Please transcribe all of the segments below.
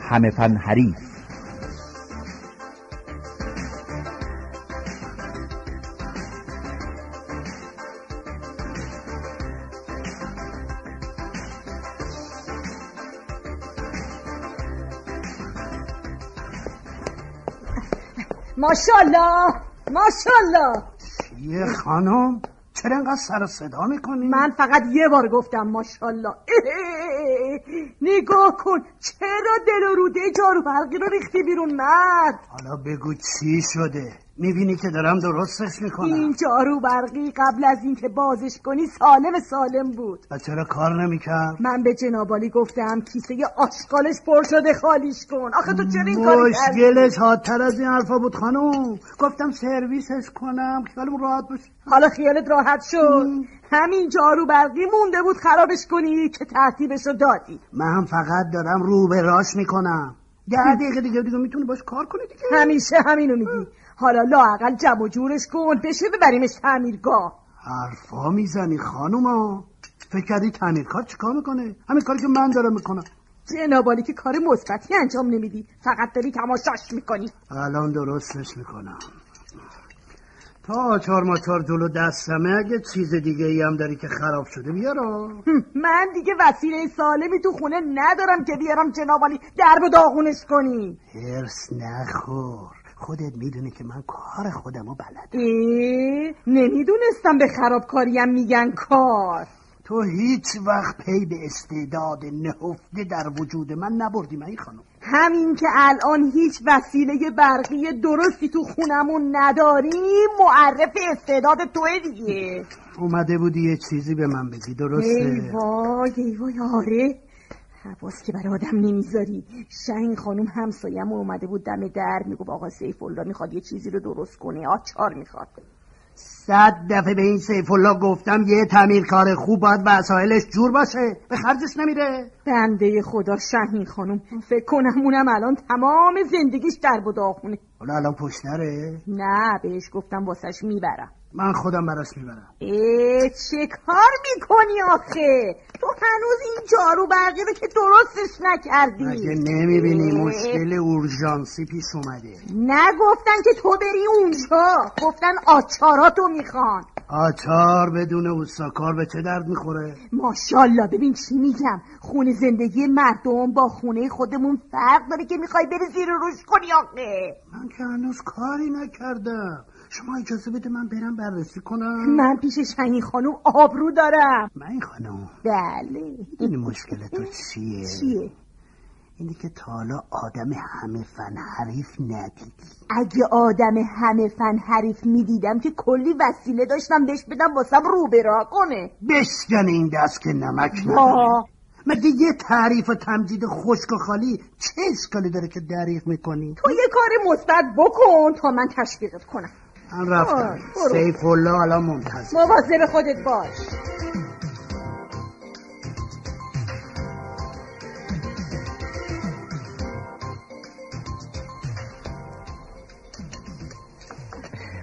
همه فن حریف ماشالله ماشالله یه خانم چرا انقدر سر و صدا میکنی؟ من فقط یه بار گفتم ماشالله اه، نگاه کن چرا دل و روده جارو برقی رو ریختی بیرون مرد حالا بگو چی شده میبینی که دارم درستش میکنم این جارو برقی قبل از اینکه بازش کنی سالم سالم بود و چرا کار نمیکرد؟ من به جنابالی گفتم کیسه آشغالش پر شده خالیش کن آخه تو چرا این کاری کردی مشکلش حادتر از این حرفا بود خانم گفتم سرویسش کنم خیالم راحت باشه حالا خیالت راحت شد همین جارو برقی مونده بود خرابش کنی که ترتیبش رو دادی من هم فقط دارم رو به راش میکنم ده دقیقه دیگه دیگه میتونی باش کار کنی دیگه همیشه همینو میگی حالا لاقل جمع و جورش کن بشه ببریمش تعمیرگاه حرفا میزنی خانوما فکر کردی تعمیرکار چیکار میکنه همین کاری که من دارم میکنم جنابالی که کار مثبتی انجام نمیدی فقط داری تماشاش میکنی الان درستش میکنم تا چهار ماچار جلو دستمه اگه چیز دیگه ای هم داری که خراب شده بیارا من دیگه وسیله سالمی تو خونه ندارم که بیارم جنابالی درب و داغونش کنی هرس نخور خودت میدونی که من کار خودمو بلدم ای نمیدونستم به خرابکاریم میگن کار تو هیچ وقت پی به استعداد نهفته در وجود من نبردی من این خانم همین که الان هیچ وسیله برقی درستی تو خونمون نداریم معرف استعداد توه دیگه اومده بودی یه چیزی به من بگی ای درسته وای ای وای آره حواس که برای آدم نمیذاری شهین خانم همسایم اومده بود دم در میگفت آقا سیف الله میخواد یه چیزی رو درست کنه آچار میخواد صد دفعه به این سیف الله گفتم یه تعمیرکار خوب باید وسایلش جور باشه به خرجش نمیره بنده خدا شهین خانم فکر کنم اونم الان تمام زندگیش در و داغونه حالا الان پشت نره نه بهش گفتم واسش میبرم من خودم براش میبرم ای چه کار میکنی آخه تو هنوز این جارو برقی رو که درستش مگه نکردی نمیبینی اه. مشکل اورژانسی پیش اومده نگفتن که تو بری اونجا گفتن آچاراتو میخوان آچار بدون اوستاکار به چه درد میخوره ماشاءالله ببین چی میگم خونه زندگی مردم با خونه خودمون فرق داره که میخوای بری زیر و روش کنی آخه من که هنوز کاری نکردم شما اجازه بده من برم بررسی کنم من پیش شهین خانم آبرو دارم من این خانم بله میدونی مشکل تو چیه چیه اینی که تا حالا آدم همه فن حریف ندیدی اگه آدم همه فن حریف میدیدم که کلی وسیله داشتم بهش بدم واسم رو برا کنه بشکن این دست که نمک نداره آه. مگه یه تعریف و تمجید خشک و خالی چه اشکالی داره که دریغ میکنی تو یه کار مثبت بکن تا من تشویقت کنم من رفتم آه، برو. سیف الله الان منتظر مواظب خودت باش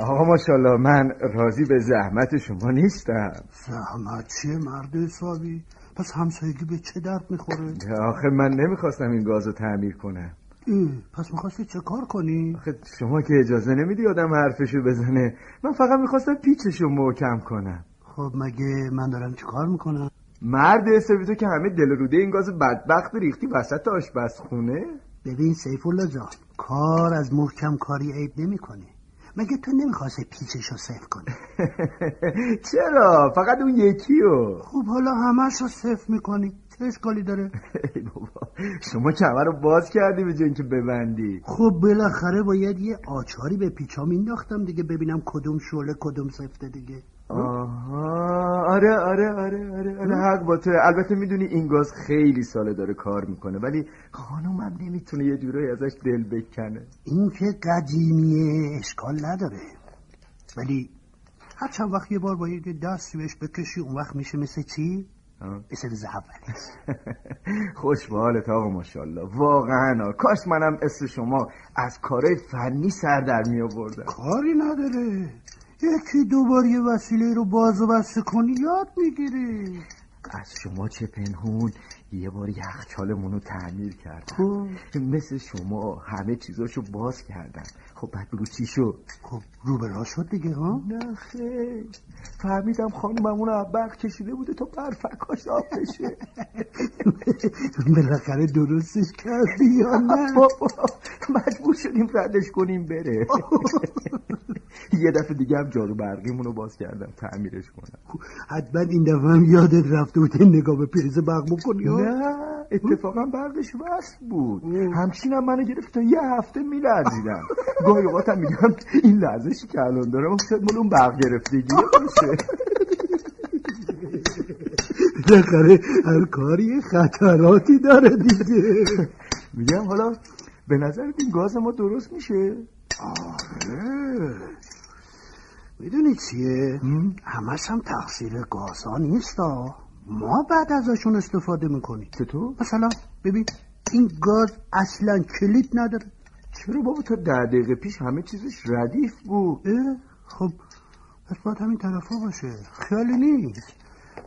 آقا ماشاءالله من راضی به زحمت شما نیستم زحمت چیه مرد حسابی پس همسایگی به چه درد میخوره آخه من نمیخواستم این گازو تعمیر کنم ای، پس میخواستی چه کار کنی آخه شما که اجازه نمیدی آدم حرفشو بزنه من فقط میخواستم پیچشو محکم کنم خب مگه من دارم چه کار میکنم مرد حسابی تو که همه دل و روده این گاز بدبخت رو ریختی وسط آشپزخونه ببین سیف الله جان کار از محکم کاری عیب نمیکنه مگه تو نمیخواستی پیچش رو صفر کنی چرا فقط اون یکیو خب حالا همش رو صفر میکنی چه اشکالی داره ای بابا شما کمر رو باز کردی به جای اینکه ببندی خب بالاخره باید یه آچاری به پیچا مینداختم دیگه ببینم کدوم شعله کدوم سفته دیگه آها آره آره آره آره, آره حق با تو البته میدونی این گاز خیلی ساله داره کار میکنه ولی خانومم نمیتونه یه جورایی ازش دل بکنه این که قدیمیه اشکال نداره ولی هر چند وقت یه بار باید یه دستی بهش بکشی اون وقت میشه مثل چی؟ آه. مثل روز اولش خوش به حالت آقا ماشاءالله واقعا آه. کاش منم مثل شما از کارهای فنی سر در می آوردم کاری نداره یکی دوبار یه وسیله رو باز و بسته کنی یاد میگیری از شما چه پنهون یه بار یخچالمون رو تعمیر کردم مثل شما همه چیزاشو باز کردم خب بعد بگو چی شد خب روبرا شد دیگه ها نه خیر فهمیدم خانمم اونو از برق کشیده بوده تا برفکاش آب بشه بالاخره درستش کردی یا نه بابا مجبور شدیم ردش کنیم بره یه دفعه دیگه هم جارو برقیمون رو باز کردم تعمیرش کنم حتما این دفعه هم یادت رفته بود این نگاه به پریز بغل بکنی ها؟ نه اتفاقا برقش وصل بود همچینم منو گرفت تا یه هفته میلرزیدم گاهی اوقاتم میگم این لرزشی که الان دارم شاید مال اون برق گرفتگی باشه بالاخره هر کاری خطراتی داره دیگه میگم حالا به نظر این گاز ما درست میشه آره. میدونی چیه همش هم تقصیر گازا نیستا ما بعد ازشون استفاده میکنیم چطور مثلا ببین این گاز اصلا کلید نداره چرا بابا تا ده دقیقه پیش همه چیزش ردیف بود اه، خب پس باید همین طرفا باشه خیالی نیست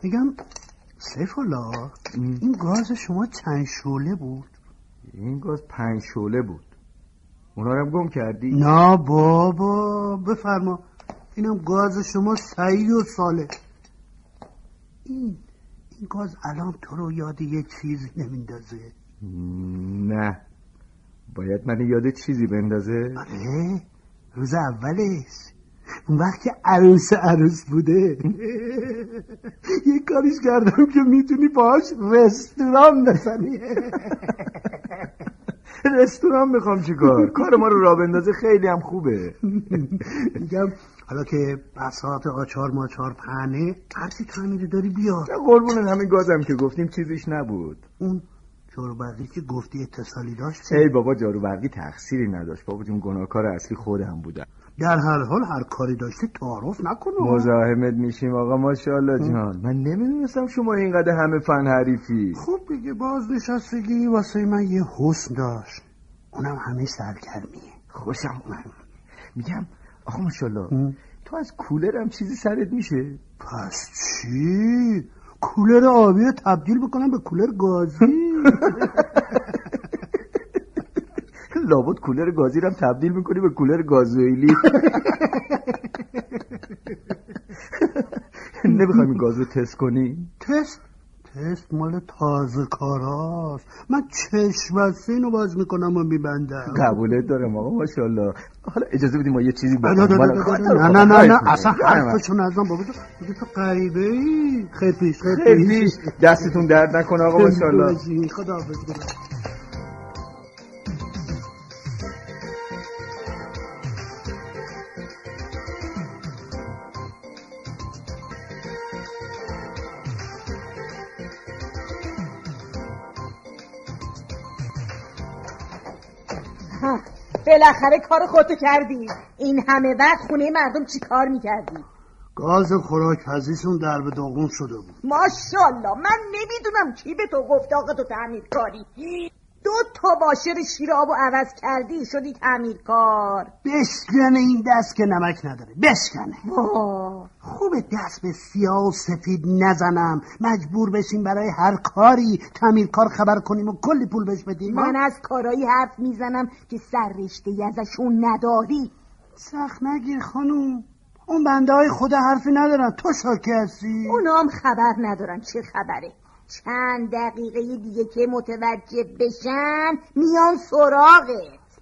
میگم سیف الله این گاز شما چند شعله بود این گاز پنج شعله بود اونا رو هم گم کردی نه بابا بفرما اینم گاز شما سعید و ساله این این گاز الان تو رو یاد یه چیز نمیندازه نه باید من یاد چیزی بندازه آره روز اولش اون وقت که عروس عروس بوده یه کاریش کردم که میتونی باهاش رستوران بزنی رستوران میخوام چیکار کار ما رو را بندازه خیلی هم خوبه میگم حالا که بساط آچار ماچار پهنه هرچی تعمیری داری بیار نه قربون همین گازم که گفتیم چیزیش نبود اون چوربرقی که گفتی اتصالی داشت چه؟ ای بابا جارو برقی تقصیری نداشت بابا جون گناهکار اصلی خودم بودم در هر حال هر کاری داشته تعارف نکنه مزاحمت میشیم آقا ماشاءالله جان من نمیدونستم شما اینقدر همه فن حریفی خب دیگه بازنشستگی واسه من یه حسن داشت اونم همه سرگرمیه خوشم اومد میگم آقا ماشاءالله تو از کولرم چیزی سرت میشه پس چی؟ کولر آبی رو تبدیل بکنم به کولر گازی لابد کولر گازی رو هم تبدیل میکنی به کولر گازوئیلی نمیخوایم این گاز رو تست کنی تست تست مال تازه کاراست من چشم رو باز میکنم و میبندم قبولت دارم آقا ماشاءالله حالا اجازه بدیم ما یه چیزی نه بخوریم نه والا نه، خاطر نه خدا، نه نه خواهش نه اصلا می‌کنم. نه، نه. حرفشون از من بابا تو- بابا تو غریبه ای خیر پیش خیر خیلی پیش. پیش. دستتون درد نکنه آقا ماشاءالله خدا حافظ. ها، بالاخره کار خودتو کردی این همه وقت خونه مردم چی کار میکردی گاز خوراک پزیشون در به داغون شده بود ماشاءالله من نمیدونم کی به تو گفت آقا تو تعمیر کاری دو تا باشر شیر آبو عوض کردی شدی تعمیر کار بشکنه این دست که نمک نداره بشکنه واه. خوب دست به سیاه و سفید نزنم مجبور بشیم برای هر کاری تعمیرکار خبر کنیم و کلی پول بهش بدیم من از کارایی حرف میزنم که سر رشته ازشون نداری سخت نگیر خانوم اون بنده های خدا حرفی ندارن تو شاکی هستی اونا هم خبر ندارن چه خبره چند دقیقه دیگه که متوجه بشن میان سراغت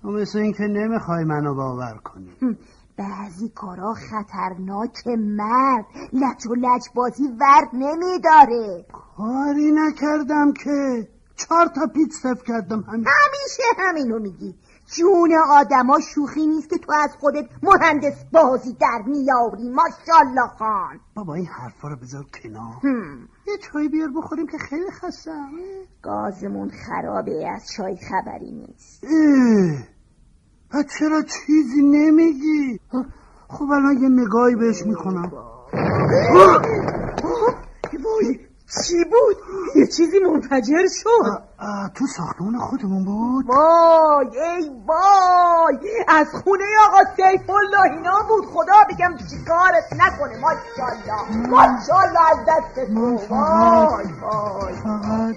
تو مثل اینکه نمیخوای منو باور کنی هم، بعضی کارا خطرناک مرد لچ و لچ بازی ور نمیداره کاری نکردم که چهار تا پیچ صف کردم همین همیشه همینو میگی جون آدما شوخی نیست که تو از خودت مهندس بازی در میاری ماشالله خان بابا این حرفا رو بذار کنار هم، یه چای بیار بخوریم که خیلی خستم گازمون خرابه از چای خبری نیست اه، پس چرا چیزی نمیگی ها، خب الان یه نگاهی بهش میکنم وای چی بود؟ یه چیزی منفجر شد آه، تو ساختمون خودمون بود وای ای وای از خونه آقا سیف الله اینا بود خدا بگم چی کارت نکنه ماشاءالله ماشاءالله از دست تو من فقط- وای وای فقط